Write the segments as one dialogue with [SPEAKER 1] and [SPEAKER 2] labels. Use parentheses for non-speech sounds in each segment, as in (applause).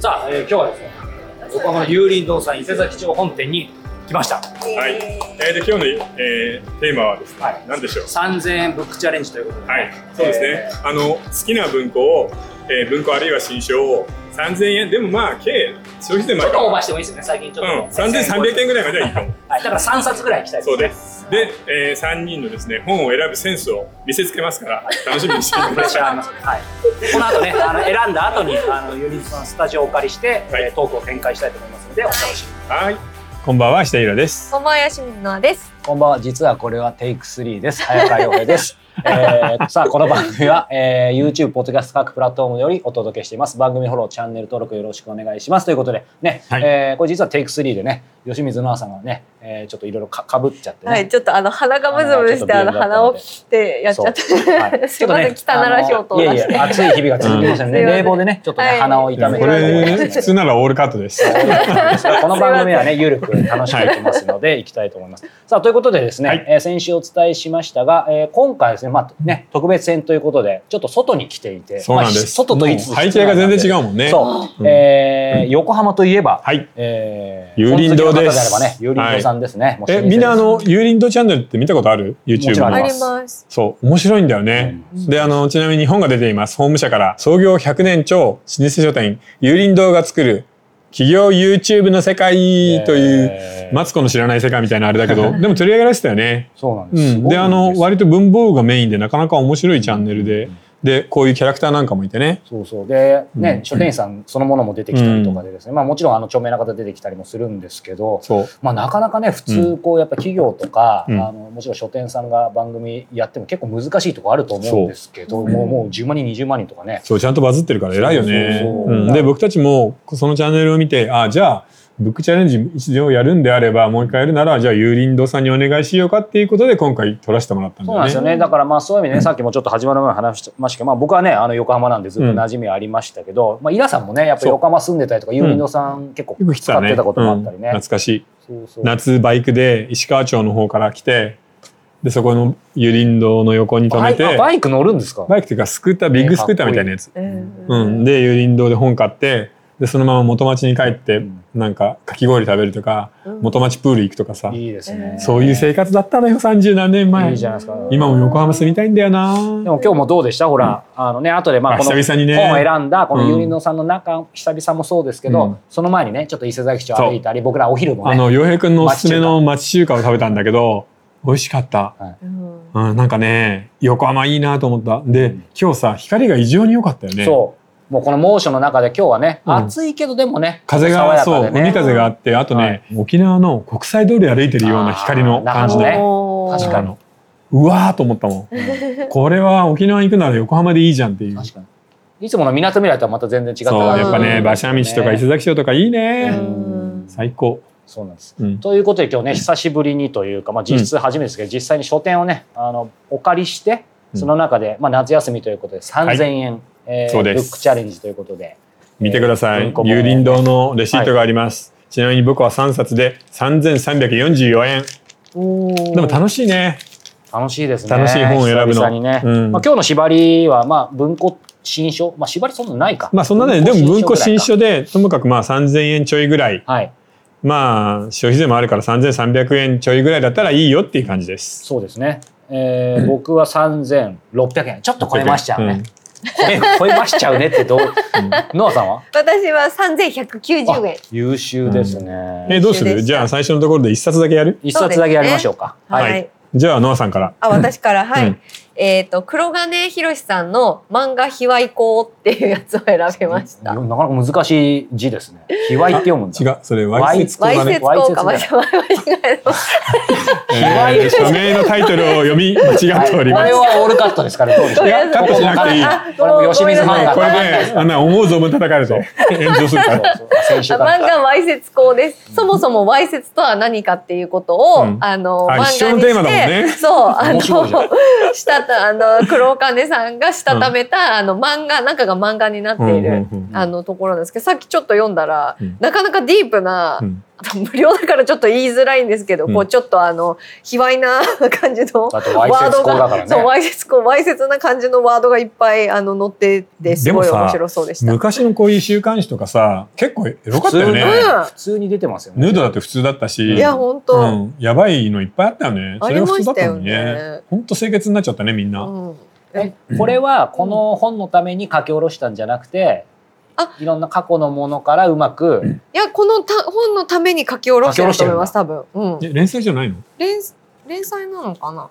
[SPEAKER 1] さあ、えー今日はですね横浜有林堂さん伊勢崎町本店に来ました
[SPEAKER 2] はい。えー、で今日の、えーテーマはですね、
[SPEAKER 1] はい
[SPEAKER 2] 何でしょう。
[SPEAKER 1] 3000円ブックチャレンジということで、
[SPEAKER 2] はい。そうですね。あの好きな文庫を、えー文庫あるいは新書を3000円でもまあ計消費税
[SPEAKER 1] ち
[SPEAKER 2] ま
[SPEAKER 1] ょ
[SPEAKER 2] で
[SPEAKER 1] っ
[SPEAKER 2] か
[SPEAKER 1] とオーバーしてもいいですよね最近ちょっと、
[SPEAKER 2] うん3300円ぐらいまではいいかも。
[SPEAKER 1] はい、だから3冊ぐらい行きたい
[SPEAKER 2] そうですす。で、えー、3人のですね本を選ぶセンスを見せつけますから楽しみにして
[SPEAKER 1] プ
[SPEAKER 2] く
[SPEAKER 1] レッ
[SPEAKER 2] だ
[SPEAKER 1] シャーあ
[SPEAKER 2] さ
[SPEAKER 1] り
[SPEAKER 2] い。
[SPEAKER 3] (laughs)
[SPEAKER 1] ますね、はい、この後
[SPEAKER 2] (laughs)
[SPEAKER 1] ねあの選んだ後にあのユニスのスタジオをお借りして、
[SPEAKER 2] はい
[SPEAKER 1] えートークを展開したいと思いますのでお楽しみに
[SPEAKER 2] はい。こんばんは下平です。
[SPEAKER 4] こんばんは、清水奈です。
[SPEAKER 3] こんばんは。実はこれはテイク3です。早川洋平
[SPEAKER 4] (laughs)
[SPEAKER 3] です。えー、さあ、この番組は、えー、YouTube、ポッドキャスト各プラットフォームよりお届けしています。番組フォロー、チャンネル登録よろしくお願いします。ということで、ね、
[SPEAKER 2] はい
[SPEAKER 3] えーこれ実はテイク3でね、吉水奈々さんがね、えーちょっといろいろかかぶっちゃってね。
[SPEAKER 4] はい、ちょっとあの鼻がムズムズして、あの鼻を切ってやっちゃって。
[SPEAKER 3] はい
[SPEAKER 4] (laughs) すいません、
[SPEAKER 3] ちょっ
[SPEAKER 4] 汚らしい音を出
[SPEAKER 3] い
[SPEAKER 4] し
[SPEAKER 3] やい
[SPEAKER 4] て。
[SPEAKER 3] や、暑い日々が続きますよ
[SPEAKER 4] (laughs)
[SPEAKER 3] ね。
[SPEAKER 4] うん
[SPEAKER 3] 冷房でね、ちょっとね、
[SPEAKER 4] はい
[SPEAKER 3] 鼻を痛めて
[SPEAKER 4] これ
[SPEAKER 3] るところですね
[SPEAKER 4] 普通
[SPEAKER 2] ならオールカットです。
[SPEAKER 3] この番組はね、ゆるく楽しくいきますので、いきたいと思います。さあ、ということでですね、
[SPEAKER 2] はい
[SPEAKER 3] えー先週お伝えしましたが、えー今回ですね、まあね、特別編ということで、ちょっと外に来ていて、
[SPEAKER 5] そうなんです
[SPEAKER 3] まあ外と言いつつ
[SPEAKER 5] もう背景が全然違うもんね
[SPEAKER 3] そう、
[SPEAKER 5] うん
[SPEAKER 3] えー横浜といえば、
[SPEAKER 5] はい。
[SPEAKER 3] えー、
[SPEAKER 5] 有林堂
[SPEAKER 3] その次の方で
[SPEAKER 5] です
[SPEAKER 3] あればね、有林堂さんですね。もう老
[SPEAKER 5] え、
[SPEAKER 3] 舗です
[SPEAKER 5] みんなあの、ユーリンドチャンネルって見たことある
[SPEAKER 3] もち
[SPEAKER 5] ?YouTube
[SPEAKER 3] ろん
[SPEAKER 4] あ
[SPEAKER 3] あ
[SPEAKER 5] の。
[SPEAKER 4] ります。
[SPEAKER 5] そう、面白いんだよね。で、あの、ちなみに本が出ています。法務社から、創業100年超、老舗書店、有林堂が作る、企業 YouTube の世界という、
[SPEAKER 3] えー
[SPEAKER 5] マツコの知らない世界みたいなあれだけ
[SPEAKER 3] (laughs)
[SPEAKER 5] ど、でも取り上げられてたよね。
[SPEAKER 3] そうなん
[SPEAKER 5] う
[SPEAKER 3] です。す
[SPEAKER 5] ん。
[SPEAKER 3] ごい
[SPEAKER 5] で、あ
[SPEAKER 3] ん
[SPEAKER 5] の、
[SPEAKER 3] ですよ
[SPEAKER 5] 割と文房具がメインで、なかなか面白いチャンネルで、で、こういうキャラクターなんかもいてね。
[SPEAKER 3] そうそうで、ね
[SPEAKER 5] うん
[SPEAKER 3] 書店員さんそのものも出てきたりとかでですね、まあ、もちろんあの著名な方出てきたりもするんですけど、
[SPEAKER 5] そう。
[SPEAKER 3] まあ、なかなかね普通こうやっぱ企業とか、
[SPEAKER 5] うん
[SPEAKER 3] あのもちろん書店さんが番組やっても結構難しいとこあると思うんですけど
[SPEAKER 4] そう
[SPEAKER 3] もうもう10万人20万人とかね
[SPEAKER 5] そう、ちゃんとバズってるから偉いよね。
[SPEAKER 3] そうそう
[SPEAKER 5] う
[SPEAKER 3] そうん
[SPEAKER 5] で、僕たちもそのチャンネルを見て、あ、じゃあ、ブックチャレンジ一応やるんであれば、もう一回やるなら、じゃあ、有林堂さんにお願いしようかっていうことで、今回撮らせてもらったんだ
[SPEAKER 3] そうなん
[SPEAKER 5] よ
[SPEAKER 3] です
[SPEAKER 5] ね。
[SPEAKER 3] よねだからまあそういう意味でねさっきもちょっと始まる前に話してましたけど、まあ、僕はねあの横浜なんでずっと馴染みありましたけど、まあ、イラさんもねやっぱり
[SPEAKER 5] そう
[SPEAKER 3] 横浜住んでたりとか有林堂さん結構
[SPEAKER 5] よく来て
[SPEAKER 3] 使
[SPEAKER 5] た
[SPEAKER 3] っ
[SPEAKER 5] ね。
[SPEAKER 3] てたこともあったりね。
[SPEAKER 5] うん懐かしい。
[SPEAKER 3] そうそう
[SPEAKER 5] 夏、バイクで石川町の方から来て、で、そこの有林堂の横に止
[SPEAKER 3] バ
[SPEAKER 5] め
[SPEAKER 3] イあ
[SPEAKER 5] て、
[SPEAKER 3] バイク乗るんですか
[SPEAKER 5] バイクっていうか、スクーター、ビッグスクーターみたいなやつ。
[SPEAKER 4] うん
[SPEAKER 5] うん。で、有林堂で本買って、で、そのまま元町に帰って
[SPEAKER 3] ん、
[SPEAKER 5] なんか、かき氷食べるとか、元町プール行くとかさ。
[SPEAKER 3] いいですね。
[SPEAKER 5] そういう生活だったのよ、三十何年前。
[SPEAKER 3] いいじゃないですか。
[SPEAKER 5] 今も横浜住みたいんだよな。
[SPEAKER 3] でも今日もどうでしたほら、あのね、後でまあ
[SPEAKER 5] あ
[SPEAKER 3] この
[SPEAKER 5] 久々にね
[SPEAKER 3] 本を選んだ、こ
[SPEAKER 5] う
[SPEAKER 3] の
[SPEAKER 5] ん
[SPEAKER 3] ゆりのさんの中、久々もそうですけど、
[SPEAKER 5] うん
[SPEAKER 3] その前にね、ちょっと伊勢崎町歩いたり、僕らお昼も
[SPEAKER 5] あ
[SPEAKER 3] ね、
[SPEAKER 5] の、洋平くんのおすすめの町中華を食べたんだけど、美味しかった。
[SPEAKER 4] うん
[SPEAKER 5] うん、なんかね、横浜いいなと思った。で、今日さ、光が異常に良かったよね。
[SPEAKER 3] そう、もうこの猛暑の中で今日はね、
[SPEAKER 5] うん
[SPEAKER 3] 暑いけどでもね、
[SPEAKER 5] 風
[SPEAKER 3] 爽
[SPEAKER 5] が、
[SPEAKER 3] や
[SPEAKER 5] そう、
[SPEAKER 3] かでね
[SPEAKER 5] 海風があって、あとね、
[SPEAKER 3] はい
[SPEAKER 5] 沖縄の国際通り歩いてるような光の感じ
[SPEAKER 3] あーなるほど
[SPEAKER 5] ね。
[SPEAKER 3] ね
[SPEAKER 4] おー
[SPEAKER 3] 確かに
[SPEAKER 5] の。うわーと思っ
[SPEAKER 3] (laughs)
[SPEAKER 5] たもん。これは沖縄行くなら横浜でいいじゃんっていう。
[SPEAKER 3] 確かに。いつものみなとみらいとはまた全然違った
[SPEAKER 5] そ
[SPEAKER 4] うん
[SPEAKER 5] う、やっぱね、
[SPEAKER 4] うん
[SPEAKER 5] 馬車道とか伊勢崎町とかいいね。
[SPEAKER 4] うん
[SPEAKER 5] 最高。
[SPEAKER 3] そうなんです。
[SPEAKER 5] うん。
[SPEAKER 3] ということで今日ね久しぶりにというか、まあ、実質初めてですけど、実際に書店をねあのお借りして
[SPEAKER 5] うん
[SPEAKER 3] その中で、まあ、夏休みということで3,000円、えー
[SPEAKER 5] そう
[SPEAKER 3] ブ
[SPEAKER 5] です
[SPEAKER 3] ックチャレンジということで
[SPEAKER 5] 見てくださ
[SPEAKER 3] えー文
[SPEAKER 5] い。
[SPEAKER 3] 庫本
[SPEAKER 5] 有林堂のレシートがあります。ちなみに僕は3冊で3344円。
[SPEAKER 4] おー
[SPEAKER 5] でも楽しいね。
[SPEAKER 3] 楽しいですね
[SPEAKER 5] 楽しい本を選ぶの
[SPEAKER 3] 久々にね、
[SPEAKER 5] うん
[SPEAKER 3] まあ、今日の縛りは、まあ、文庫新書、まあ、縛りそんなないか
[SPEAKER 5] まあそんなね、でも文庫新
[SPEAKER 3] ぐらい
[SPEAKER 5] 書で、ともかくまあ3000円ちょいぐらい。
[SPEAKER 3] かはい
[SPEAKER 5] まあ消費税もあるから3300円ちょいぐらいだったらいいよっていう感じです。
[SPEAKER 3] そうですね、えー僕は3600円ちょっと超えましちゃうね、超え超えましちゃうねってどうノアさん
[SPEAKER 5] (laughs)
[SPEAKER 3] は
[SPEAKER 4] 私は三千百九十円。
[SPEAKER 3] 優秀ですね、
[SPEAKER 5] うん。え、どうす
[SPEAKER 4] 一緒で
[SPEAKER 5] る
[SPEAKER 4] した
[SPEAKER 5] じゃあ最初のところで一冊だけやる
[SPEAKER 3] 一冊だけやりましょうか
[SPEAKER 5] はい。じゃあノアさんから。
[SPEAKER 4] あ、私から、は
[SPEAKER 5] う
[SPEAKER 4] い
[SPEAKER 5] ん。
[SPEAKER 4] えっと、黒金弘さんの漫画卑猥行っていうやつを選びまし
[SPEAKER 3] な
[SPEAKER 4] た。
[SPEAKER 3] かなか難しい字ですね。卑猥って読むんだ。
[SPEAKER 5] 違う、それ、わいせつ
[SPEAKER 4] わ
[SPEAKER 5] 講
[SPEAKER 4] い
[SPEAKER 5] だ
[SPEAKER 4] せ
[SPEAKER 5] ね
[SPEAKER 4] つ。効果、
[SPEAKER 3] わ
[SPEAKER 4] 間
[SPEAKER 3] い
[SPEAKER 4] 違
[SPEAKER 3] せつ
[SPEAKER 4] えました。
[SPEAKER 5] えー社名のタイトルを読み間違っており
[SPEAKER 3] こ
[SPEAKER 5] ま
[SPEAKER 3] れ
[SPEAKER 5] す。
[SPEAKER 3] はオールカットですから、どうでしょう
[SPEAKER 5] いや、カットしなくていい。
[SPEAKER 3] これも吉水漫画
[SPEAKER 5] これね、あの、思う存分叩かれて、炎上するから。
[SPEAKER 3] そうそう先週
[SPEAKER 4] あ
[SPEAKER 3] から
[SPEAKER 4] 漫。画わいせつ校です。そもそもわいせつとは何かっていうことを、
[SPEAKER 5] うん
[SPEAKER 4] あの、
[SPEAKER 5] あ
[SPEAKER 4] 漫画に
[SPEAKER 5] 一緒のテーマだもんね
[SPEAKER 4] してそう、あの、
[SPEAKER 3] 面白いじゃん
[SPEAKER 4] したた、あの、黒金さんがしたためた、あの、漫画、中が漫画になってい
[SPEAKER 5] う
[SPEAKER 4] る、
[SPEAKER 5] んうんうん
[SPEAKER 4] あの、ところなんですけど、さっきちょっと読んだら、
[SPEAKER 5] うん
[SPEAKER 4] なかなかディープな、
[SPEAKER 5] うん
[SPEAKER 4] あと無料だからちょっと言いづらいんですけど、
[SPEAKER 5] うん
[SPEAKER 4] こうちょっとあの卑猥な (laughs) 感じの
[SPEAKER 3] だってわ
[SPEAKER 4] ワ
[SPEAKER 3] いせ
[SPEAKER 4] ー
[SPEAKER 3] つ
[SPEAKER 4] ド
[SPEAKER 3] こだから
[SPEAKER 4] が、そう
[SPEAKER 3] ね。
[SPEAKER 4] わいせつこわいせつな感じのワードがいっぱいあの載っててすごい
[SPEAKER 5] でもさ
[SPEAKER 4] 面白そうでした。
[SPEAKER 5] 昔のこういう週刊誌とかさ結構エロかったよね
[SPEAKER 3] 普通
[SPEAKER 4] うん
[SPEAKER 3] 普通に出てますよね。
[SPEAKER 5] ヌードだって普通だったし
[SPEAKER 4] いや本当、
[SPEAKER 5] うん、やばいのいっぱいあったよねそ
[SPEAKER 4] あ
[SPEAKER 5] れ
[SPEAKER 4] り
[SPEAKER 5] が
[SPEAKER 4] ま
[SPEAKER 5] 普通だっ
[SPEAKER 4] し
[SPEAKER 5] たたの
[SPEAKER 4] よ
[SPEAKER 5] にね
[SPEAKER 4] ね。
[SPEAKER 5] ほんと清潔になっちゃったねみんな、
[SPEAKER 4] うん
[SPEAKER 3] えこれはこの本のために書き下ろしたんじゃなくて、
[SPEAKER 4] あ
[SPEAKER 3] いろんな過去のものからうまく、
[SPEAKER 4] いやこのた本のために書き下ろしてると思います多分。うん。
[SPEAKER 5] え連載じゃないの
[SPEAKER 4] 連連載なのかな。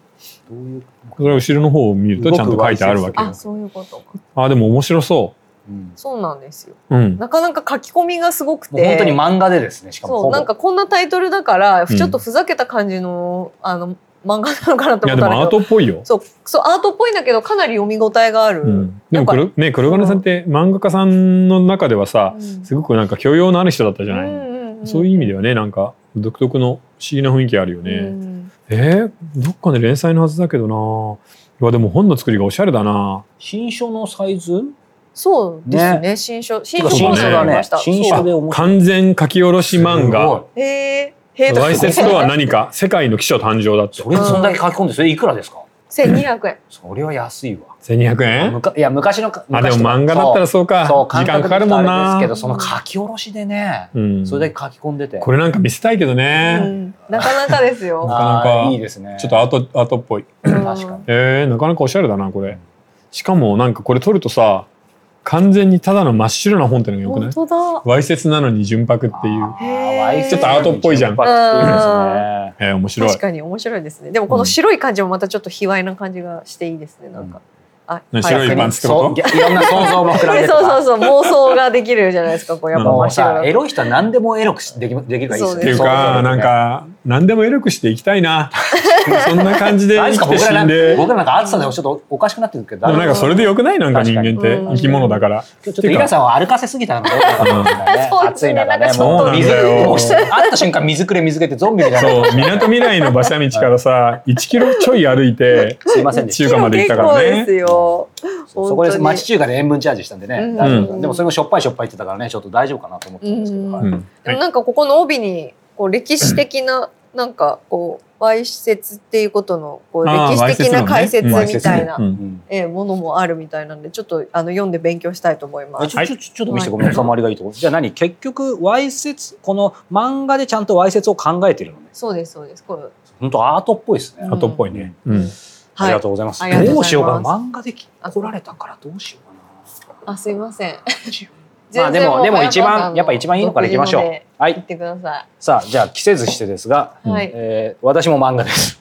[SPEAKER 3] どういう、
[SPEAKER 5] これ後ろの方を見るとちゃんと書いてあるわけよ
[SPEAKER 4] あそういうことか。
[SPEAKER 5] あでも面白そ
[SPEAKER 3] うん
[SPEAKER 4] そうなんですよ。
[SPEAKER 5] ううん
[SPEAKER 4] なかなか書き込みがすごく
[SPEAKER 3] もう
[SPEAKER 4] て。
[SPEAKER 3] 本当に漫画でですね、しかも
[SPEAKER 4] そ
[SPEAKER 3] ほ
[SPEAKER 4] う
[SPEAKER 3] ぼ。
[SPEAKER 4] なんかこんなタイトルだから
[SPEAKER 5] うん
[SPEAKER 4] ちょっとふざけた感じの、あの漫画なのかなと
[SPEAKER 5] い
[SPEAKER 4] 思
[SPEAKER 5] やで
[SPEAKER 4] ったんだけど
[SPEAKER 5] もアートっぽいよ、
[SPEAKER 4] そうそうアートっぽいんだけどかなり読み応えがある、
[SPEAKER 5] うん、でも黒ね黒金さんって漫画家さんの中ではさ
[SPEAKER 4] うん
[SPEAKER 5] すごくなんか教養のある人だったじゃない、
[SPEAKER 4] うんん
[SPEAKER 5] そういう意味ではねなんか独特の不思議な雰囲気あるよね、
[SPEAKER 4] うん
[SPEAKER 5] えー、どっかで連載のはずだけどないやでも本の作りがおしゃれだな
[SPEAKER 3] 新書のサイズ
[SPEAKER 4] そうですね新書新書
[SPEAKER 5] 新書
[SPEAKER 4] コーナーがありました
[SPEAKER 3] 新書
[SPEAKER 4] そう
[SPEAKER 3] で面白い。
[SPEAKER 5] 完全書き下ろし漫画
[SPEAKER 3] す
[SPEAKER 4] へーへー
[SPEAKER 5] わいせつとは
[SPEAKER 3] (laughs)
[SPEAKER 5] 何か世界の記書誕生だって
[SPEAKER 3] ごい。それそんだけ書き込んで、それいくらですか
[SPEAKER 4] 1200円
[SPEAKER 3] それは安いわ。
[SPEAKER 5] 1200円
[SPEAKER 3] むかいや、昔の。
[SPEAKER 5] あでも漫画だったらそうか
[SPEAKER 3] そう、
[SPEAKER 5] 時間かかるもん
[SPEAKER 3] 感覚的
[SPEAKER 5] な
[SPEAKER 3] にあれですけど、その書き下ろしでね、
[SPEAKER 5] うん、
[SPEAKER 3] それだけ書き込んでて。
[SPEAKER 5] これなんか見せたいけどね、
[SPEAKER 4] うんなかなかですよ
[SPEAKER 5] なかなか
[SPEAKER 3] あーいいですね。
[SPEAKER 5] ちょっとアートアートっぽい
[SPEAKER 4] うん
[SPEAKER 3] 確かに
[SPEAKER 5] えー、なかなかおしゃれだなこれしかもなんかこれ撮るとさ完全にただの真っ白な本ってのがよくな
[SPEAKER 4] 本
[SPEAKER 5] い
[SPEAKER 4] 当だ
[SPEAKER 5] わいせつなのに純白っていう
[SPEAKER 3] あー
[SPEAKER 4] へー
[SPEAKER 3] わいせつ
[SPEAKER 4] ちょっとア
[SPEAKER 5] ートっぽいじゃん
[SPEAKER 3] わせつって
[SPEAKER 5] えー、面白い
[SPEAKER 4] 確かに面白いですねでもこの白い感じもまたちょっと卑猥な感じがしていいですねなんか、あ
[SPEAKER 5] 何
[SPEAKER 4] はい
[SPEAKER 5] 白い
[SPEAKER 3] いいですね。
[SPEAKER 5] パンツってこと
[SPEAKER 3] そういやいろんな想像も膨
[SPEAKER 4] こ
[SPEAKER 3] らん
[SPEAKER 4] れ
[SPEAKER 3] で
[SPEAKER 4] そうそう
[SPEAKER 3] う
[SPEAKER 4] そう妄想ができるじゃないですかこうやっぱ
[SPEAKER 3] も
[SPEAKER 4] 真
[SPEAKER 3] う
[SPEAKER 4] っ白
[SPEAKER 3] さ、エ
[SPEAKER 4] な
[SPEAKER 3] ロい人は何でもエロくしできできるからいいです
[SPEAKER 4] そう
[SPEAKER 5] っ
[SPEAKER 3] ね。
[SPEAKER 5] ていうか、なんか、何でもエロくしていきたいな。そんな感じで
[SPEAKER 3] あれですか
[SPEAKER 5] 生きて
[SPEAKER 3] 僕らな
[SPEAKER 5] 死
[SPEAKER 3] んんか
[SPEAKER 5] で。で
[SPEAKER 3] 僕らなんか暑さでちょっとおかしくなってるけど、
[SPEAKER 5] もなんかそれでよくないなんか人間って
[SPEAKER 4] うん
[SPEAKER 5] 生き物だから。
[SPEAKER 3] ちょっとイラさんは歩かせすぎたのかな
[SPEAKER 5] うん
[SPEAKER 3] ね
[SPEAKER 4] そうです
[SPEAKER 3] 暑
[SPEAKER 4] ね
[SPEAKER 3] い中ね
[SPEAKER 4] なんかち
[SPEAKER 5] ょっと
[SPEAKER 3] もう水
[SPEAKER 5] そうなんだよ
[SPEAKER 3] もう会った瞬間水くれ水くれってゾンビみたいな
[SPEAKER 5] そう、港未来の馬車道からさ、1キロちょい歩いて、
[SPEAKER 3] すいませんでし
[SPEAKER 5] 中華まで行ったから
[SPEAKER 4] 結構です
[SPEAKER 5] ね。
[SPEAKER 4] よ
[SPEAKER 3] たそこで
[SPEAKER 4] 本当に
[SPEAKER 3] 町中華で塩分チャージしたんでね、
[SPEAKER 4] うん
[SPEAKER 3] 大丈夫だ
[SPEAKER 4] うん
[SPEAKER 3] でもそれもしょっぱいしょっぱいって言ったからねちょっと大丈夫かなと思ってたんですけど、
[SPEAKER 4] うん
[SPEAKER 3] はい
[SPEAKER 5] うん
[SPEAKER 4] でもなんかここの帯にこう歴史的な、なんかこうわいせつっていうことのこう歴
[SPEAKER 5] あー
[SPEAKER 4] 史的な解説み
[SPEAKER 5] わ
[SPEAKER 3] いせつのね
[SPEAKER 4] たいな、
[SPEAKER 5] う
[SPEAKER 3] うんん
[SPEAKER 4] ええものもあるみたいなんでちょっとあの読んで勉強したいと思いま
[SPEAKER 3] あ
[SPEAKER 4] す。
[SPEAKER 3] ちょちょちょちょっと見せてごめん収まりがいいとこじゃあ何結局わいせつこの漫画でちゃんとわいせつを考えてるのね
[SPEAKER 4] そうですそうです。これ
[SPEAKER 3] 本当アートっぽいですね、
[SPEAKER 4] うん
[SPEAKER 5] 後っぽいね。うん
[SPEAKER 3] あり
[SPEAKER 4] は
[SPEAKER 3] が
[SPEAKER 4] い
[SPEAKER 3] と。うございます、
[SPEAKER 4] ありがとう
[SPEAKER 3] ど
[SPEAKER 4] ご
[SPEAKER 3] う
[SPEAKER 4] ざ
[SPEAKER 3] し
[SPEAKER 4] い
[SPEAKER 3] よう
[SPEAKER 4] ます
[SPEAKER 3] かな漫画で来られたからどうしようかな
[SPEAKER 4] あすいません。
[SPEAKER 3] (laughs) まあでもでも一番やっぱ一番いいのからいきましょう
[SPEAKER 4] 行
[SPEAKER 3] は
[SPEAKER 4] っ
[SPEAKER 3] い
[SPEAKER 4] てくださ
[SPEAKER 3] さあじゃあ着せずしてですが
[SPEAKER 4] い。はい。
[SPEAKER 3] えー私も漫画
[SPEAKER 4] (laughs)
[SPEAKER 3] です。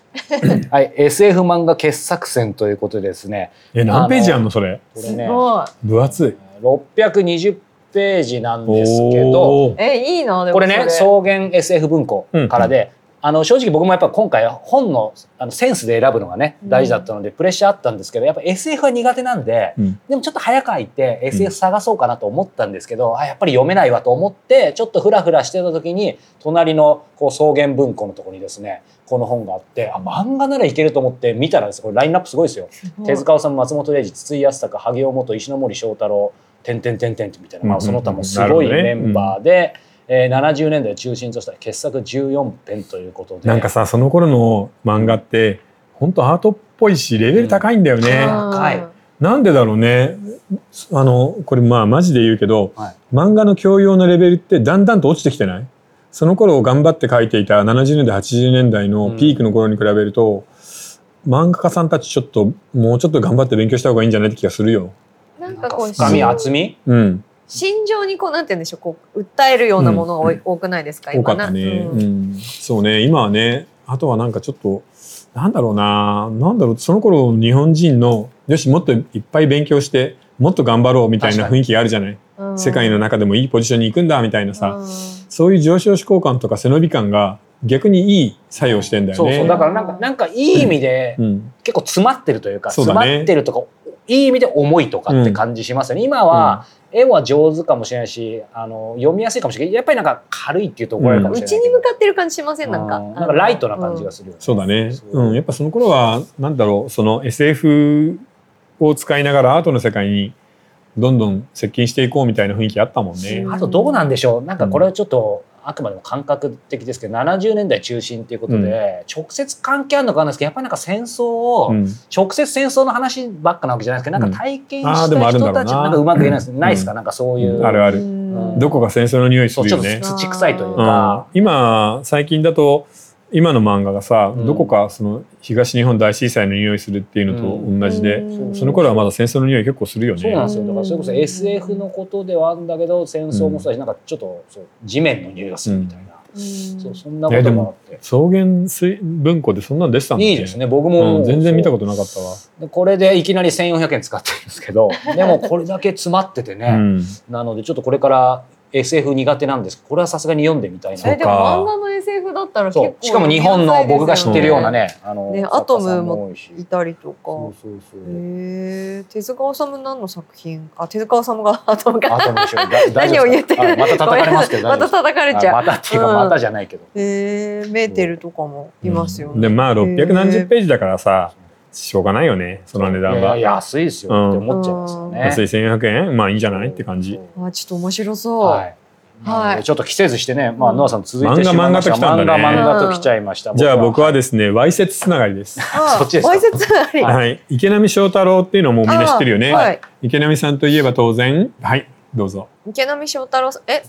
[SPEAKER 3] はい、SF 漫画傑作選ということでですね、
[SPEAKER 5] え、何ページあんのそれ。
[SPEAKER 3] これ
[SPEAKER 4] す
[SPEAKER 3] ね、
[SPEAKER 4] ごい。
[SPEAKER 5] 分厚い。
[SPEAKER 3] 620ページなんですけど、
[SPEAKER 5] おー。
[SPEAKER 4] えいいなでも
[SPEAKER 3] これね、
[SPEAKER 4] そ
[SPEAKER 3] 草原 SF 文庫からで、あの正直僕もやっぱ今回本のあのセンスで選ぶのがね
[SPEAKER 4] うん
[SPEAKER 3] 大事だったのでプレッシャーあったんですけどやっぱ SF は苦手なんで、
[SPEAKER 5] うん
[SPEAKER 3] でもちょっと早く書いて SF 探そうかなと思ったんですけど、あやっぱり読めないわと思ってちょっとフラフラしてた時に隣のこう草原文庫のところにですねこの本があってあ漫画ならいけると思って見たらですねこれラインナップすごいですよ。
[SPEAKER 4] うん
[SPEAKER 3] 手塚治虫松本零士筒井康隆萩尾元石ノ森章太郎てんてんてんてんみたいな、まあ、
[SPEAKER 5] うんうんう
[SPEAKER 3] そ
[SPEAKER 5] ん
[SPEAKER 3] の他もすごい
[SPEAKER 5] なるほどね
[SPEAKER 3] メンバーで、えー70年代を中心とした傑作14編ということで
[SPEAKER 5] なんかさ、その頃の漫画って、ほんとアートっぽいし、レベル高いんだよね。
[SPEAKER 4] うん
[SPEAKER 3] 高い
[SPEAKER 5] なんでだろうね。あの、これまあマジで言うけど、
[SPEAKER 3] はい
[SPEAKER 5] 漫画の教養のレベルってだんだんと落ちてきてないその頃頑張って書いていた70年代、80年代のピークの頃に比べると、漫画家さんたちちょっと、もうちょっと頑張って勉強した方がいいんじゃないって気がするよ。
[SPEAKER 4] なん
[SPEAKER 3] な
[SPEAKER 4] か
[SPEAKER 3] んか
[SPEAKER 4] こう
[SPEAKER 3] 深み厚み
[SPEAKER 5] うん。
[SPEAKER 4] 心情にこうなんて言うんでしょうこう訴えるようなものが多い多くないですか
[SPEAKER 5] 多か
[SPEAKER 4] 今
[SPEAKER 5] っ
[SPEAKER 4] な
[SPEAKER 5] たね。
[SPEAKER 4] う
[SPEAKER 5] うんん。そうね、今はね、あとはなんかちょっと、なんだろうな、なんだろう、その頃の日本人の、よし、もっといっぱい勉強して、もっと頑張ろうみたいな
[SPEAKER 3] 確か
[SPEAKER 5] 雰囲気があるじゃない。
[SPEAKER 4] うん
[SPEAKER 5] 世界の中でもいいポジションに行くんだみたいなさ、
[SPEAKER 4] うん
[SPEAKER 5] そういう上昇志向感とか背伸び感が逆にいい作用してんだよ
[SPEAKER 3] そ
[SPEAKER 5] ね。
[SPEAKER 3] うそうだからなんかなんかいい意味で
[SPEAKER 5] うん、
[SPEAKER 3] 結構詰まってるというか、
[SPEAKER 5] そうだ
[SPEAKER 3] 詰
[SPEAKER 5] ね
[SPEAKER 3] まってるとかいい意味で重いとかって感じしますよね、今は、絵は上手かもしれないしあの読みやすいかもしれないやっぱりなんか軽いっていうと怒られるかもしれ
[SPEAKER 4] う
[SPEAKER 3] ない
[SPEAKER 4] ち
[SPEAKER 3] けど、
[SPEAKER 4] に向かってる感じしませんなんか
[SPEAKER 3] うんなんかライトな感じがするよね、
[SPEAKER 5] そうだね
[SPEAKER 3] そう
[SPEAKER 5] う、ん、やっぱその頃はなんだろうその SF を使いながらアートの世界にどんどん接近していこうみたいな雰囲気あったもんね。
[SPEAKER 4] うん
[SPEAKER 3] あとどうなんでしょうなんかこれはちょっと、あくまでも感覚的ですけど70年代中心っていうことで、直接関係あるのかわかんないですけどやっぱりなんか戦争を、
[SPEAKER 5] うん
[SPEAKER 3] 直接戦争の話ばっかなわけじゃないですけどなんか体験
[SPEAKER 5] うんあー
[SPEAKER 3] し
[SPEAKER 5] でも
[SPEAKER 3] た
[SPEAKER 5] あるん
[SPEAKER 3] 人
[SPEAKER 5] だろうな
[SPEAKER 3] たちなんかうまく言えないです、ないですかなんかそういう、
[SPEAKER 5] あるある。
[SPEAKER 4] ん
[SPEAKER 5] どこか戦争の匂いす
[SPEAKER 3] そう
[SPEAKER 5] る
[SPEAKER 3] ちょ
[SPEAKER 5] よ
[SPEAKER 3] っと
[SPEAKER 5] ね。
[SPEAKER 3] 土臭いという
[SPEAKER 5] う
[SPEAKER 3] か
[SPEAKER 5] ん、、今最近だと今の漫画がさ、
[SPEAKER 3] うん
[SPEAKER 5] どこかその東日本大震災の匂いするっていうのと同じで、
[SPEAKER 4] うん
[SPEAKER 5] その頃はまだ戦争の匂い結構するよ
[SPEAKER 3] そうなん
[SPEAKER 5] ね。
[SPEAKER 3] ですよだからそれこそ SF のことではあるんだけど戦争もそうだし、なんかちょっとそう地面の匂いがするみたいな、
[SPEAKER 4] うん
[SPEAKER 3] そうそんなこともあって。
[SPEAKER 5] 草原水文庫でそんなん出てたんだっけ
[SPEAKER 3] いいですね僕
[SPEAKER 5] う
[SPEAKER 3] も、
[SPEAKER 5] ん、全然見た
[SPEAKER 3] こ
[SPEAKER 5] ことなかったわ。
[SPEAKER 3] とこれでいきなり1400円使ってるんですけ
[SPEAKER 4] (laughs)
[SPEAKER 3] どでもこれだけ詰まっててね、
[SPEAKER 5] うん、
[SPEAKER 3] なのでちょっとこれから SF 苦手なんですけどこれはさすがに読んでみたい
[SPEAKER 5] そ
[SPEAKER 3] な
[SPEAKER 5] う
[SPEAKER 4] えでも漫画の SF だったら結
[SPEAKER 3] そ
[SPEAKER 4] 構
[SPEAKER 3] うしかも日本の僕が知ってるような
[SPEAKER 4] ね
[SPEAKER 3] ねあの
[SPEAKER 4] ね
[SPEAKER 3] 作家さん多いし
[SPEAKER 4] いたりと
[SPEAKER 3] そ
[SPEAKER 4] か
[SPEAKER 3] うそうそう、
[SPEAKER 4] へえ手塚治虫何の作品あ手塚治虫が (laughs) 頭
[SPEAKER 3] あ
[SPEAKER 4] が
[SPEAKER 3] との一緒にだ大
[SPEAKER 4] 何
[SPEAKER 3] 丈
[SPEAKER 4] を
[SPEAKER 3] 夫で
[SPEAKER 4] 言っ
[SPEAKER 3] す
[SPEAKER 4] て
[SPEAKER 3] かあまた叩かれますけど
[SPEAKER 4] また
[SPEAKER 3] 大丈夫
[SPEAKER 4] 叩
[SPEAKER 3] で
[SPEAKER 4] か
[SPEAKER 3] す
[SPEAKER 4] れち
[SPEAKER 3] か
[SPEAKER 4] ゃ
[SPEAKER 3] あ
[SPEAKER 4] う
[SPEAKER 3] またっていうか
[SPEAKER 4] うん
[SPEAKER 3] またじゃないけど、
[SPEAKER 4] へえメーテルとかもいますよね、
[SPEAKER 5] でまあ600何
[SPEAKER 4] へ
[SPEAKER 5] 十
[SPEAKER 4] ー
[SPEAKER 5] ページだからさしょうがないよねその値段
[SPEAKER 3] いや。
[SPEAKER 5] はい
[SPEAKER 3] や安いですよって思っちゃいますよね、
[SPEAKER 5] 安い1400円まあいいんじゃないって感じ。
[SPEAKER 4] あちょっと面白そう、
[SPEAKER 3] はい。
[SPEAKER 4] はい
[SPEAKER 3] ちょっと季節してね、まあ、
[SPEAKER 4] うん
[SPEAKER 3] ノアさん続いてしまいましたが
[SPEAKER 5] 漫画漫画と来たんだね
[SPEAKER 3] 漫画漫画と来ちゃいました。
[SPEAKER 5] じゃあ僕はですね、わいせつつながりです。
[SPEAKER 4] あ
[SPEAKER 3] (laughs) そっちですか
[SPEAKER 4] わいせつあり
[SPEAKER 5] はい。池波正太郎っていうのもみんな知ってるよね。
[SPEAKER 4] あはい、
[SPEAKER 5] 池波さんといえば当然はいどうぞ、
[SPEAKER 4] 池波正太郎さんえ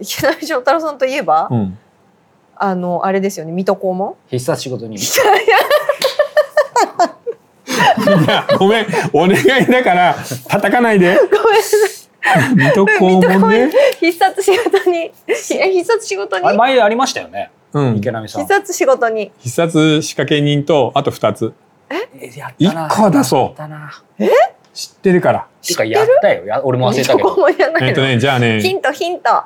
[SPEAKER 4] 池波正太郎さんといえば、
[SPEAKER 5] うん、 (laughs)
[SPEAKER 4] あのあれですよね水戸黄門
[SPEAKER 3] 必殺仕事に。
[SPEAKER 5] いやごめんお願いだから叩かないで
[SPEAKER 4] ごめんなさい
[SPEAKER 5] 水戸黄門ね
[SPEAKER 4] 必殺仕
[SPEAKER 3] (laughs)
[SPEAKER 4] 事にえ必殺仕事
[SPEAKER 3] あれ
[SPEAKER 4] に
[SPEAKER 3] 前ありましたよね。
[SPEAKER 5] うん
[SPEAKER 3] 池波さん
[SPEAKER 4] 必。殺仕事に
[SPEAKER 5] 必殺仕掛け人とあと2つ
[SPEAKER 3] えやっ
[SPEAKER 5] 一
[SPEAKER 3] たな
[SPEAKER 5] 個は出そう
[SPEAKER 3] やったな。
[SPEAKER 5] 知ってるから
[SPEAKER 3] ていうかやったよ。や俺も忘れたけ
[SPEAKER 4] どこ
[SPEAKER 3] ど。
[SPEAKER 4] もじゃないの、
[SPEAKER 5] えっとねじゃあ
[SPEAKER 4] ヒ
[SPEAKER 5] ね、
[SPEAKER 4] ントヒント違う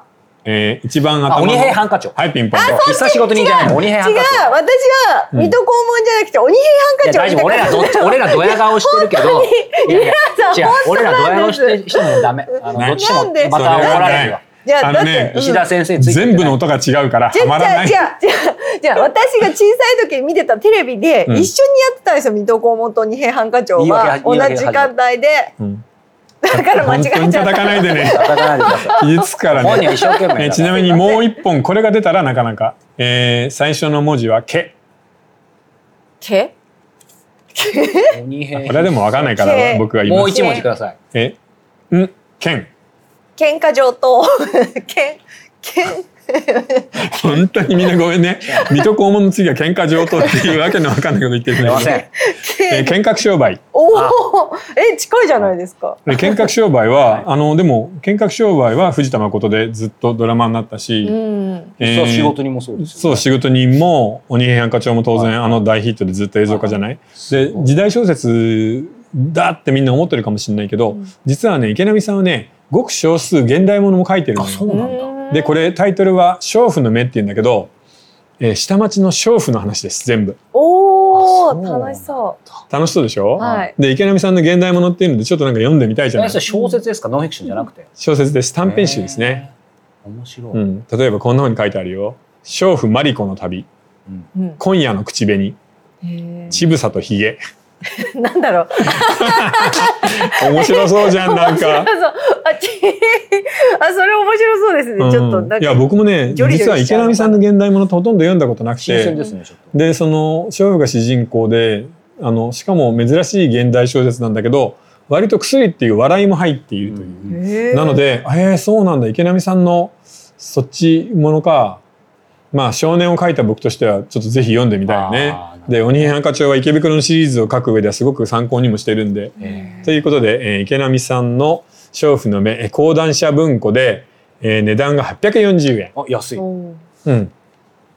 [SPEAKER 5] えー、一番
[SPEAKER 3] あ
[SPEAKER 5] 頭
[SPEAKER 3] 鬼
[SPEAKER 5] の
[SPEAKER 3] 平犯科長。
[SPEAKER 5] はいピンポン
[SPEAKER 3] 必殺仕事にじゃない。鬼平
[SPEAKER 4] 私
[SPEAKER 3] 犯科長。
[SPEAKER 4] は
[SPEAKER 5] うん
[SPEAKER 4] 水戸黄門じゃなくて鬼
[SPEAKER 3] いや
[SPEAKER 4] 平
[SPEAKER 3] 大
[SPEAKER 4] 犯科
[SPEAKER 3] 丈夫。俺らど
[SPEAKER 4] 帳
[SPEAKER 3] っち俺らドヤ顔してるけど。いやいや
[SPEAKER 4] だから
[SPEAKER 3] 違う。俺らドヤ顔し
[SPEAKER 4] 本当なん
[SPEAKER 3] てしてもダメ。あの
[SPEAKER 5] ね
[SPEAKER 3] どっちも
[SPEAKER 4] なんで
[SPEAKER 3] また怒られるよ。
[SPEAKER 4] じゃ
[SPEAKER 5] あ
[SPEAKER 4] あだ
[SPEAKER 5] の
[SPEAKER 4] っ
[SPEAKER 5] ね
[SPEAKER 4] て、
[SPEAKER 3] 石田先生ついて
[SPEAKER 5] 全部の音が違うから
[SPEAKER 4] じゃ
[SPEAKER 5] はまら
[SPEAKER 4] あ
[SPEAKER 5] ない
[SPEAKER 4] じゃあじゃあじゃあ私が小さい時に見てたテレビで一緒
[SPEAKER 5] うん
[SPEAKER 4] にやってたんですよ、水戸黄門と二平犯科帳
[SPEAKER 3] 言い
[SPEAKER 4] は
[SPEAKER 3] 訳
[SPEAKER 4] 同
[SPEAKER 3] 言い訳
[SPEAKER 4] じ時間帯で
[SPEAKER 5] うん、
[SPEAKER 4] だから間
[SPEAKER 5] 本当
[SPEAKER 4] 違え
[SPEAKER 5] に
[SPEAKER 4] ちゃった
[SPEAKER 5] 叩かないでね
[SPEAKER 3] 叩かないでください。
[SPEAKER 5] いつ (laughs) から
[SPEAKER 3] 本人
[SPEAKER 5] ね
[SPEAKER 3] は一生懸命だから。
[SPEAKER 5] えちなみにもう一本これが出たらなかなか、えー、最初の文字は「け」
[SPEAKER 4] け
[SPEAKER 3] 鬼
[SPEAKER 5] こ
[SPEAKER 3] 平
[SPEAKER 5] れはでもわかんないから
[SPEAKER 4] け
[SPEAKER 5] 僕が言い
[SPEAKER 3] も
[SPEAKER 5] ま
[SPEAKER 3] う
[SPEAKER 5] す
[SPEAKER 3] 一文字ください。
[SPEAKER 5] えんけん
[SPEAKER 4] 喧嘩上等 (laughs) けんけん
[SPEAKER 5] 本当にみんなごめ
[SPEAKER 3] (laughs)
[SPEAKER 5] んね。水戸黄門の次は喧嘩上等っていうわけのわかんないこと言ってる
[SPEAKER 3] すい
[SPEAKER 5] ね
[SPEAKER 3] ません。
[SPEAKER 5] えー見学商売。
[SPEAKER 4] おおえ近いじゃないですか
[SPEAKER 5] で見学商売は、あの、でも、見学商売は藤田誠でずっとドラマになった
[SPEAKER 4] う
[SPEAKER 5] し、
[SPEAKER 4] ん
[SPEAKER 5] えー
[SPEAKER 3] そう仕事にもそうです
[SPEAKER 5] そ
[SPEAKER 3] よ
[SPEAKER 5] う、
[SPEAKER 3] ね。
[SPEAKER 5] 仕事人も、鬼平犯科帳も当
[SPEAKER 3] はい
[SPEAKER 5] 然、あの大ヒットでずっと映像化じゃないで、時代小説だってみんな思ってるかもしれないけど、実はね、池波さんはね、ごく少数現代ものも書いてるのよ
[SPEAKER 3] あそうなんだ
[SPEAKER 4] うん
[SPEAKER 5] で、これタイトルは、娼婦の目って言うんだけど、えー下町の娼婦の話です、全部。
[SPEAKER 4] お
[SPEAKER 3] あそう
[SPEAKER 4] お楽しそ
[SPEAKER 5] 楽しそうでしょ
[SPEAKER 4] うはい
[SPEAKER 5] で池波さんの現代ものっていうのでちょっとなんか読んでみたいじゃな
[SPEAKER 3] え
[SPEAKER 5] い
[SPEAKER 3] それ小説ですかノンフィクションじゃなくて。
[SPEAKER 5] 小説です短編集ですね、
[SPEAKER 3] へー。面白い。
[SPEAKER 5] うん、例えばこんな風に書いてあるよ「娼婦マリコの旅
[SPEAKER 4] うん
[SPEAKER 5] 今夜の口紅
[SPEAKER 4] へ
[SPEAKER 5] ちぶさとひげ
[SPEAKER 4] ーなんだろう」
[SPEAKER 5] 面白そうじゃんなんか
[SPEAKER 4] あ (laughs) そうあち (laughs) あそれ面白そうですね、
[SPEAKER 5] うん
[SPEAKER 4] ちょっとなん
[SPEAKER 5] い
[SPEAKER 4] か
[SPEAKER 5] や僕もね
[SPEAKER 4] ジョリジョリ
[SPEAKER 5] 実
[SPEAKER 4] しちゃう
[SPEAKER 5] は池波さんの現代ものってほとんど読んだことなく
[SPEAKER 3] 新鮮
[SPEAKER 5] て
[SPEAKER 3] ですねちょっと。
[SPEAKER 5] でその娼婦が主人公であのしかも珍しい現代小説なんだけど割と薬っていう笑いも入っているという、
[SPEAKER 3] うん
[SPEAKER 4] へー
[SPEAKER 5] なので、えー、そうなんだ池波さんのそっちものかまあ少年を書いた僕としてはちょっとぜひ読んでみたいよね
[SPEAKER 3] あ。ー
[SPEAKER 5] で「鬼平犯科帳」は池袋のシリーズを書く上ではすごく参考にもしてるんで。
[SPEAKER 3] え
[SPEAKER 5] ということで、えー池波さんの「娼婦の目」えー講談社文庫で、えー値段が840円。
[SPEAKER 3] ーあ安い。
[SPEAKER 4] おー
[SPEAKER 5] うん、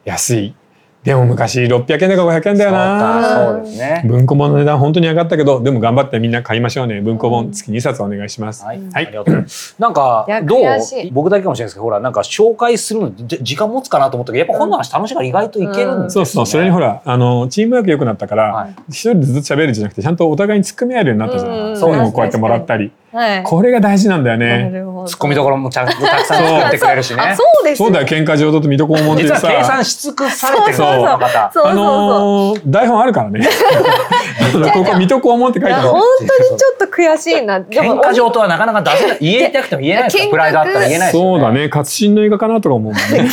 [SPEAKER 5] 安い。でも昔600円だか500円だよな。
[SPEAKER 3] そうかそうですね。
[SPEAKER 5] 文庫本の値段本当に上がったけどでも頑張ってみんな買いましょうね文庫本月2冊お願いします。
[SPEAKER 3] はい、
[SPEAKER 5] はい
[SPEAKER 3] ありがとうございます。なんか
[SPEAKER 4] いや
[SPEAKER 3] どう
[SPEAKER 4] 悔しい
[SPEAKER 3] 僕だけかもしれないですけど、ほらなんか紹介するのじ時間持つかなと思ったけど、やっぱ本の話楽しいから意外といけるんですね。
[SPEAKER 5] そうそう、それにほら、あの、チームワーク良くなったから、
[SPEAKER 3] はい
[SPEAKER 5] 一人でずっと喋るんじゃなくて、ちゃんとお互いに突っ込み合えるようになったじゃ。
[SPEAKER 4] うんうんん
[SPEAKER 5] 本をこうやってもらったり。
[SPEAKER 4] はい。
[SPEAKER 5] これが大事なんだよ
[SPEAKER 4] な
[SPEAKER 5] ね。
[SPEAKER 4] るほど。
[SPEAKER 3] ツッコミどころもちゃんとたくさん作ってくれるし
[SPEAKER 4] あ、
[SPEAKER 3] ね
[SPEAKER 4] そ。うです。
[SPEAKER 5] そうだよ、喧嘩上等と水戸黄門って
[SPEAKER 3] 実は計
[SPEAKER 5] さ
[SPEAKER 3] 算、し尽くされてる
[SPEAKER 5] そうそう
[SPEAKER 3] この方。
[SPEAKER 4] そうそう
[SPEAKER 5] あ
[SPEAKER 4] そう。
[SPEAKER 5] のー台本あるからね。ここ水戸黄門って書い
[SPEAKER 4] い
[SPEAKER 5] て
[SPEAKER 4] や
[SPEAKER 5] ある。
[SPEAKER 4] 本当にちょっと悔しい
[SPEAKER 3] (laughs)
[SPEAKER 4] な。で
[SPEAKER 3] 喧
[SPEAKER 4] も
[SPEAKER 3] 嘩上とはなかなか出せない。言いたくても言えないです
[SPEAKER 4] 喧
[SPEAKER 3] よ。
[SPEAKER 4] 嘩
[SPEAKER 3] プライドあったら言えないですよ
[SPEAKER 5] そうだね、活心の映画かなとか思うもんね。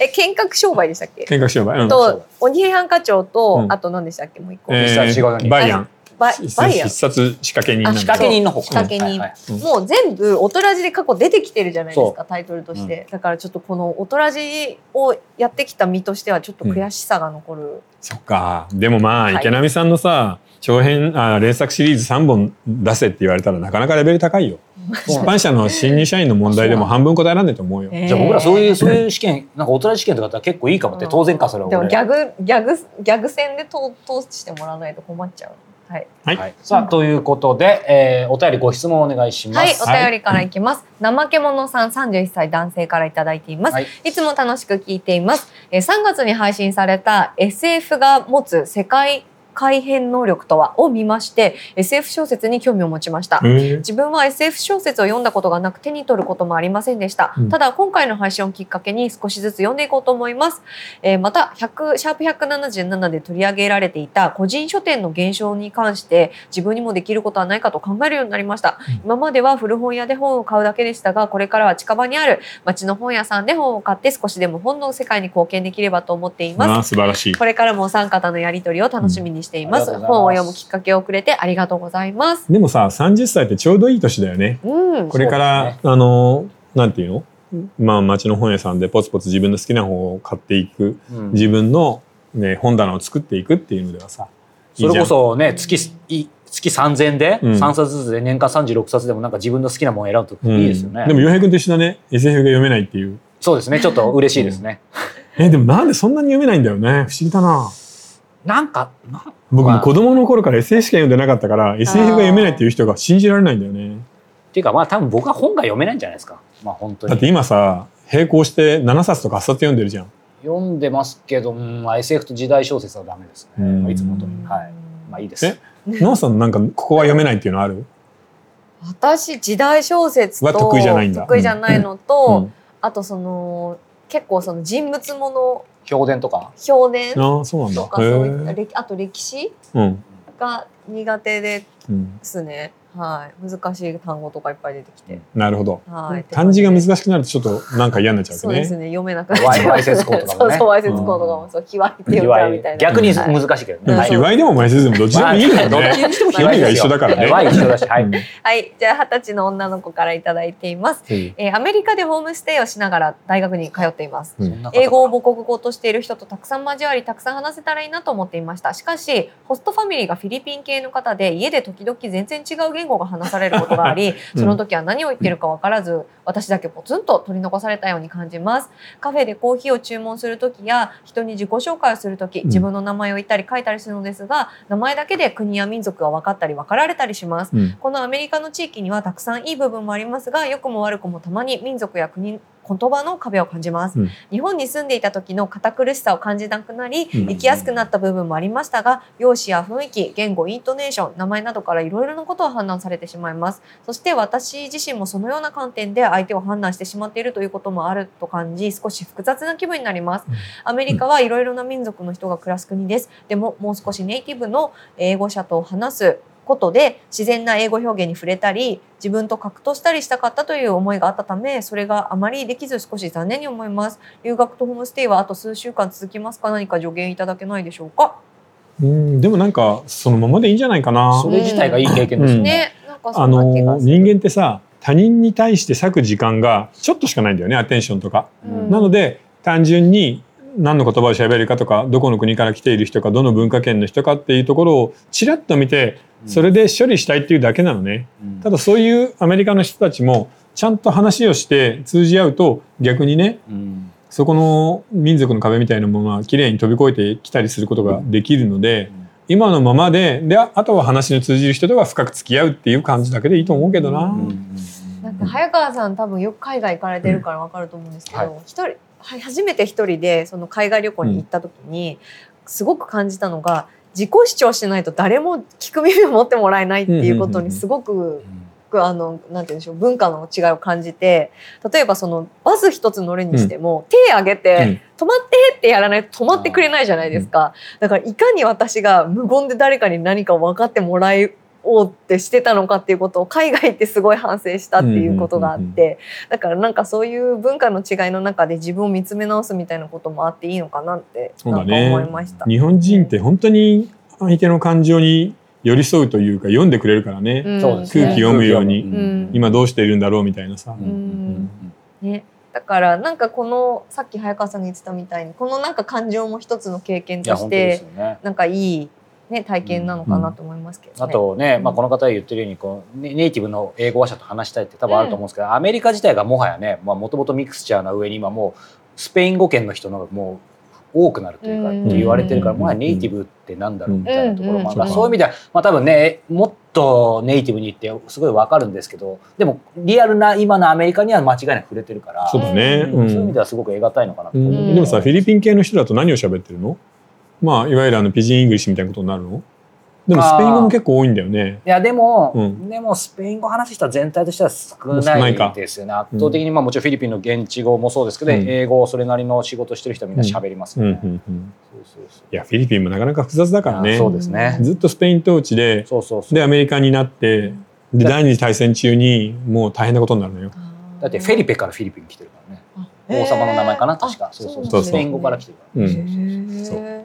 [SPEAKER 4] え喧嘩商売でしたっけ？
[SPEAKER 5] 喧嘩してば。うん
[SPEAKER 4] と鬼平犯科長
[SPEAKER 5] う
[SPEAKER 4] と
[SPEAKER 5] ん
[SPEAKER 4] あと何でしたっけもう一個。
[SPEAKER 5] え
[SPEAKER 3] 必殺仕掛け
[SPEAKER 5] ー
[SPEAKER 3] 人
[SPEAKER 5] バイアン。
[SPEAKER 4] バ
[SPEAKER 5] 必
[SPEAKER 4] バ
[SPEAKER 5] 殺
[SPEAKER 4] イアン
[SPEAKER 5] 必。殺仕掛け人なんだけ
[SPEAKER 4] あ
[SPEAKER 3] 仕
[SPEAKER 5] ど
[SPEAKER 3] 掛け人の方
[SPEAKER 4] 仕掛け人
[SPEAKER 3] はいはい
[SPEAKER 5] うん
[SPEAKER 4] もう全部オトラジで過去出てきてるじゃないです
[SPEAKER 3] そ
[SPEAKER 4] かタイトルとして、だからちょっとこのオトラジをやってきた身としてはちょっと悔しさが残る、
[SPEAKER 5] そっか。でもまあ、
[SPEAKER 4] はい
[SPEAKER 5] 池波さんのさ、長編、あ、連作シリーズ3本出せって言われたらなかなかレベル高いよ。出版
[SPEAKER 3] (laughs)
[SPEAKER 5] 社の新入社員の問題でも半分答えらんねえと思うよ。
[SPEAKER 3] じゃあ僕らそういう、そう
[SPEAKER 4] う
[SPEAKER 3] いう試験、なんか大人試験とかだったら結構いいかもって、当然か、それは
[SPEAKER 4] でも
[SPEAKER 3] 俺。
[SPEAKER 4] ギャグギャグギャグ戦で通通してもらわないと困っちゃうはい
[SPEAKER 3] はい、さあ、ということで、えーお便りご質問お願いしま
[SPEAKER 4] はい、
[SPEAKER 3] す。
[SPEAKER 4] お便りからいきます。怠け者さん、31歳男性からいただいています。
[SPEAKER 3] はい
[SPEAKER 4] い、つも楽しく聞いています。えー3月に配信された SF が持つ世界改変能力とはを見まして、SF 小説に興味を持ちました。
[SPEAKER 5] へ
[SPEAKER 4] 自分は SF 小説を読んだことがなく手に取ることもありませんでした、
[SPEAKER 5] うん
[SPEAKER 4] ただ今回の配信をきっかけに少しずつ読んでいこうと思います、えーまた100シャープ177で取り上げられていた個人書店の減少に関して自分にもできることはないかと考えるようになりました、
[SPEAKER 5] うん
[SPEAKER 4] 今までは古本屋で本を買うだけでしたがこれからは近場にある町の本屋さんで本を買って少しでも本の世界に貢献できればと思っています
[SPEAKER 5] まあ、素晴らしい。
[SPEAKER 4] これからもお三方のやりとりを楽しみにしています,、
[SPEAKER 3] うんありがとうございます
[SPEAKER 4] 本を読むきっかけをくれてありがとうございます
[SPEAKER 5] でもさ、30歳ってちょうどいい年だよね。
[SPEAKER 4] うん
[SPEAKER 5] これから、
[SPEAKER 3] そうです
[SPEAKER 5] あの、なんていうのまあ、町の本屋さんでポツポツ自分の好きな本を買っていく、
[SPEAKER 3] うん
[SPEAKER 5] 自分の、ね、本棚を作っていくっていうのではさ、い
[SPEAKER 3] そ
[SPEAKER 5] いじゃん
[SPEAKER 3] れこそね、月す、い月3000円で、
[SPEAKER 5] うん
[SPEAKER 3] 3冊ずつで年間36冊でもなんか自分の好きなもの選ぶといいですよね。
[SPEAKER 5] うんでも、洋平君と一緒だね。SF が読めないっていう。
[SPEAKER 3] そうですね、ちょっと嬉しいですね。
[SPEAKER 5] え、でもなんでそんなに読めないんだよね。不思議だな。
[SPEAKER 3] なんか、な
[SPEAKER 5] 僕も子供の頃から SF しか読んでなかったから、SF が読めないっていう人が信じられないんだよね。
[SPEAKER 3] っていうかまあ多分僕は本が読めないんじゃないですか。まあ本当
[SPEAKER 5] だって
[SPEAKER 3] に。
[SPEAKER 5] 今さ、並行して7冊とか8冊読んでるじゃん。
[SPEAKER 3] 読んでますけど、うんまあ SF と時代小説はダメですね。
[SPEAKER 5] うん
[SPEAKER 3] まあいつも通り。はい。まあいいです。
[SPEAKER 5] えノアさんなんかここは読めないっていうのある
[SPEAKER 4] 私時代小説と
[SPEAKER 5] は得意じゃないんだ
[SPEAKER 4] 得意じゃないのと、
[SPEAKER 5] うん
[SPEAKER 4] あとその結構その人物もの
[SPEAKER 3] 評伝とか。
[SPEAKER 4] 表年
[SPEAKER 5] ああ、そうなんだ。
[SPEAKER 4] とか
[SPEAKER 5] へ
[SPEAKER 4] そういった
[SPEAKER 5] え。
[SPEAKER 4] 歴あと歴史
[SPEAKER 5] うん。
[SPEAKER 4] が苦手で
[SPEAKER 5] うん。
[SPEAKER 4] すね。はい、難しい単語とかいっぱい出てきて、
[SPEAKER 5] なるほど。
[SPEAKER 4] はい、
[SPEAKER 5] 漢字が難
[SPEAKER 4] い
[SPEAKER 5] しくなるとちょっとなんか嫌になっちゃう
[SPEAKER 4] そ
[SPEAKER 5] わ
[SPEAKER 4] う
[SPEAKER 5] け
[SPEAKER 4] で
[SPEAKER 5] ね。
[SPEAKER 4] すね読めなくなっちゃう。
[SPEAKER 3] わいわい節句とかもね
[SPEAKER 4] (laughs) そうそうわいせつコーとかもそうひわいって呼んじゃうみたいな。
[SPEAKER 3] 逆に
[SPEAKER 4] はい
[SPEAKER 3] 難しいけど
[SPEAKER 5] で
[SPEAKER 3] ね。
[SPEAKER 5] も
[SPEAKER 3] は
[SPEAKER 4] はい
[SPEAKER 5] 卑猥でも埋設でもどっちでもいいのよ
[SPEAKER 3] まあ
[SPEAKER 5] ね。
[SPEAKER 4] 人
[SPEAKER 5] 卑猥が一緒だからね。
[SPEAKER 3] はい一緒だし、はい。
[SPEAKER 4] はい、じゃあ二十歳の女の子からいただいています。
[SPEAKER 5] うん
[SPEAKER 4] えーアメリカでホームステイをしながら大学に通っています。
[SPEAKER 5] うん
[SPEAKER 3] そんな方
[SPEAKER 4] 英語を母国語としている人とたくさん交わりたくさん話せたらいいなと思っていましたしかしホストファミリーがフィリピン系の方で家で時々全然違う言語が話されることがあり、
[SPEAKER 5] うん
[SPEAKER 4] その時は何を言ってるか分からず私だけポツンと取り残されたように感じますカフェでコーヒーを注文する時や人に自己紹介をする時
[SPEAKER 5] ん
[SPEAKER 4] 自分の名前を言ったり書いたりするのですが名前だけで国や民族が分かったり分かられたりします
[SPEAKER 5] うん
[SPEAKER 4] このアメリカの地域にはたくさんいい部分もありますが良くも悪くもたまに民族や国言葉の壁を感じます、
[SPEAKER 5] うん
[SPEAKER 4] 日本に住んでいた時の堅苦しさを感じなくなり、
[SPEAKER 5] うん
[SPEAKER 4] 生きやすくなった部分もありましたが容姿や雰囲気言語イントネーション名前などからいろいろなことを判断されてしまいますそして私自身もそのような観点で相手を判断してしまっているということもあると感じ少し複雑な気分になります、
[SPEAKER 5] うん
[SPEAKER 4] アメリカはいろいろな民族の人が暮らす国ですでももう少しネイティブの英語者と話すことで自然な英語表現に触れたり自分と格闘したりしたかったという思いがあったためそれがあまりできず少し残念に思います留学とホームステイはあと数週間続きますか何か助言いただけないでしょうか
[SPEAKER 5] うん。でもなんかそのままでいいんじゃないかな
[SPEAKER 3] そ。れ自体がいい経験ですよね。
[SPEAKER 4] ねなんかそ
[SPEAKER 5] あ
[SPEAKER 4] んな気が
[SPEAKER 5] の
[SPEAKER 4] する
[SPEAKER 5] 人間ってさ、他人に対して割く時間がちょっとしかないんだよね、アテンションとか。
[SPEAKER 4] うん
[SPEAKER 5] なので単純に何の言葉を喋るかとかどこの国から来ている人かどの文化圏の人かっていうところをちらっと見てそれで処理したいっていうだけなのね。
[SPEAKER 3] うん
[SPEAKER 5] ただそういうアメリカの人たちもちゃんと話をして通じ合うと逆にね
[SPEAKER 3] うん
[SPEAKER 5] そこの民族の壁みたいなものは綺麗に飛び越えてきたりすることができるので今のままででああとは話の通じる人とは深く付き合うっていう感じだけでいいと思うけどな。
[SPEAKER 3] うん
[SPEAKER 4] なんか早川さん多分よく海外行かれてるからわかると思うんですけ
[SPEAKER 3] は
[SPEAKER 4] ど、一、人はい初めて一人でその海外旅行に行った時に、すごく感じたのが自己主張しないと誰も聞く耳を持ってもらえないっていうことにすごく
[SPEAKER 3] うん
[SPEAKER 4] くあのなんて言うんでしょう文化の違いを感じて例えばそのバス一つ乗るにしても、手挙げて、止まってってやらないと止まってくれないじゃないですか、だからいかに私が無言で誰かに何かを分かってもらおうってしてたのかっていうことを海外行ってすごい反省したっていうことがあって、
[SPEAKER 5] うんうんう
[SPEAKER 4] だからなんかそういう文化の違いの中で自分を見つめ直すみたいなこともあっていいのかなって
[SPEAKER 5] そう
[SPEAKER 4] な
[SPEAKER 5] だ
[SPEAKER 4] んか
[SPEAKER 5] ね
[SPEAKER 4] 思いました。
[SPEAKER 5] 日本人って本当に相手の感情に寄り添うというか読んでくれるからね、
[SPEAKER 4] うん
[SPEAKER 3] そうですね
[SPEAKER 5] 空気読むように
[SPEAKER 3] 空気
[SPEAKER 4] う
[SPEAKER 3] 読
[SPEAKER 4] ん
[SPEAKER 5] 今どうしているんだろうみたいなさ、
[SPEAKER 3] む
[SPEAKER 4] うん
[SPEAKER 3] うん
[SPEAKER 4] ね、だからなんかこのさっき早川さんが言ってたみたいにこのなんか感情も一つの経験
[SPEAKER 3] いや
[SPEAKER 4] とし
[SPEAKER 3] 本当です
[SPEAKER 4] て
[SPEAKER 3] よね。
[SPEAKER 4] なんかいい、ね、体験なのかなと思いますけどね。
[SPEAKER 3] あとね、
[SPEAKER 4] ん
[SPEAKER 3] まあ、この方が言ってるようにこうネネイティブの英語話者と話したいって多分あると思うんですけど、アメリカ自体がもはやねもともとミクスチャーな上に今もうスペイン語圏の人の方がもう多くなるというか、
[SPEAKER 4] うん
[SPEAKER 3] って言われてるから、
[SPEAKER 5] うん
[SPEAKER 3] もはやネイティブってなんだろうみたいなところもあるから、
[SPEAKER 5] うん
[SPEAKER 3] そういう意味では、まあ、多分ねもっとネイティブにってすごいわかるんですけどでもリアルな今のアメリカには間違いなく触れてるから
[SPEAKER 5] そうだね、
[SPEAKER 3] う
[SPEAKER 5] うんん
[SPEAKER 3] そういう意味ではすごく得難いのかなと
[SPEAKER 5] う
[SPEAKER 3] 思
[SPEAKER 5] ん
[SPEAKER 3] う、
[SPEAKER 4] うん
[SPEAKER 5] でもさフィリピン系の人だと何を喋ってるのまあいわゆるあのピジンイングリッシュみたいなことになるのでも
[SPEAKER 3] あー
[SPEAKER 5] スペイン語も結構多いんだよね
[SPEAKER 3] いやでも、
[SPEAKER 5] うん
[SPEAKER 3] でもスペイン語話す人は全体としては少
[SPEAKER 5] 少ない
[SPEAKER 3] ない
[SPEAKER 5] か
[SPEAKER 3] ですよね圧倒的に、まあ、もちろんフィリピンの現地語もそうですけど、
[SPEAKER 5] うん
[SPEAKER 3] 英語をそれなりの仕事してる人はみんな喋ります
[SPEAKER 5] う
[SPEAKER 3] よ
[SPEAKER 5] んう
[SPEAKER 3] ね、
[SPEAKER 5] んうん
[SPEAKER 3] そうそうそう
[SPEAKER 5] いやフィリピンもなかなか複雑だから
[SPEAKER 3] あ
[SPEAKER 5] ね
[SPEAKER 3] そうですね
[SPEAKER 5] ずっとスペイン統治で
[SPEAKER 3] そうそうそう
[SPEAKER 5] でアメリカになってで第二次大戦中にもう大変なことになるのよ
[SPEAKER 4] あー
[SPEAKER 3] だってフェリペからフィリピン来てるからね、
[SPEAKER 4] あ
[SPEAKER 3] 王様の名前かな
[SPEAKER 4] へー
[SPEAKER 3] 確か
[SPEAKER 4] あ
[SPEAKER 3] そうそう
[SPEAKER 5] そう
[SPEAKER 3] スペイン語から来
[SPEAKER 4] て
[SPEAKER 3] てるから、
[SPEAKER 5] う
[SPEAKER 4] る
[SPEAKER 5] ん
[SPEAKER 4] そうなんですねへ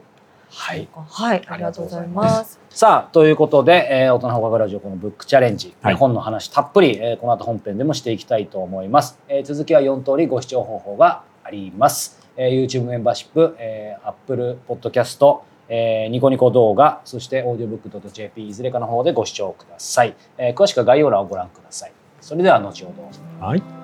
[SPEAKER 3] は
[SPEAKER 4] ーそう
[SPEAKER 3] い
[SPEAKER 4] かはいありがとうございます。
[SPEAKER 3] さあということで、えー大人放課後ラジオこのブックチャレンジ、
[SPEAKER 5] はい
[SPEAKER 3] えー本の話たっぷり、えーこの後本編でもしていきたいと思います、えー続きは4通りご視聴方法があります、えー YouTube メンバーシップ、えー Apple Podcast えーニコニコ動画そして audiobook.jp いずれかの方でご視聴ください、えー詳しくは概要欄をご覧くださいそれでは後ほど
[SPEAKER 5] はい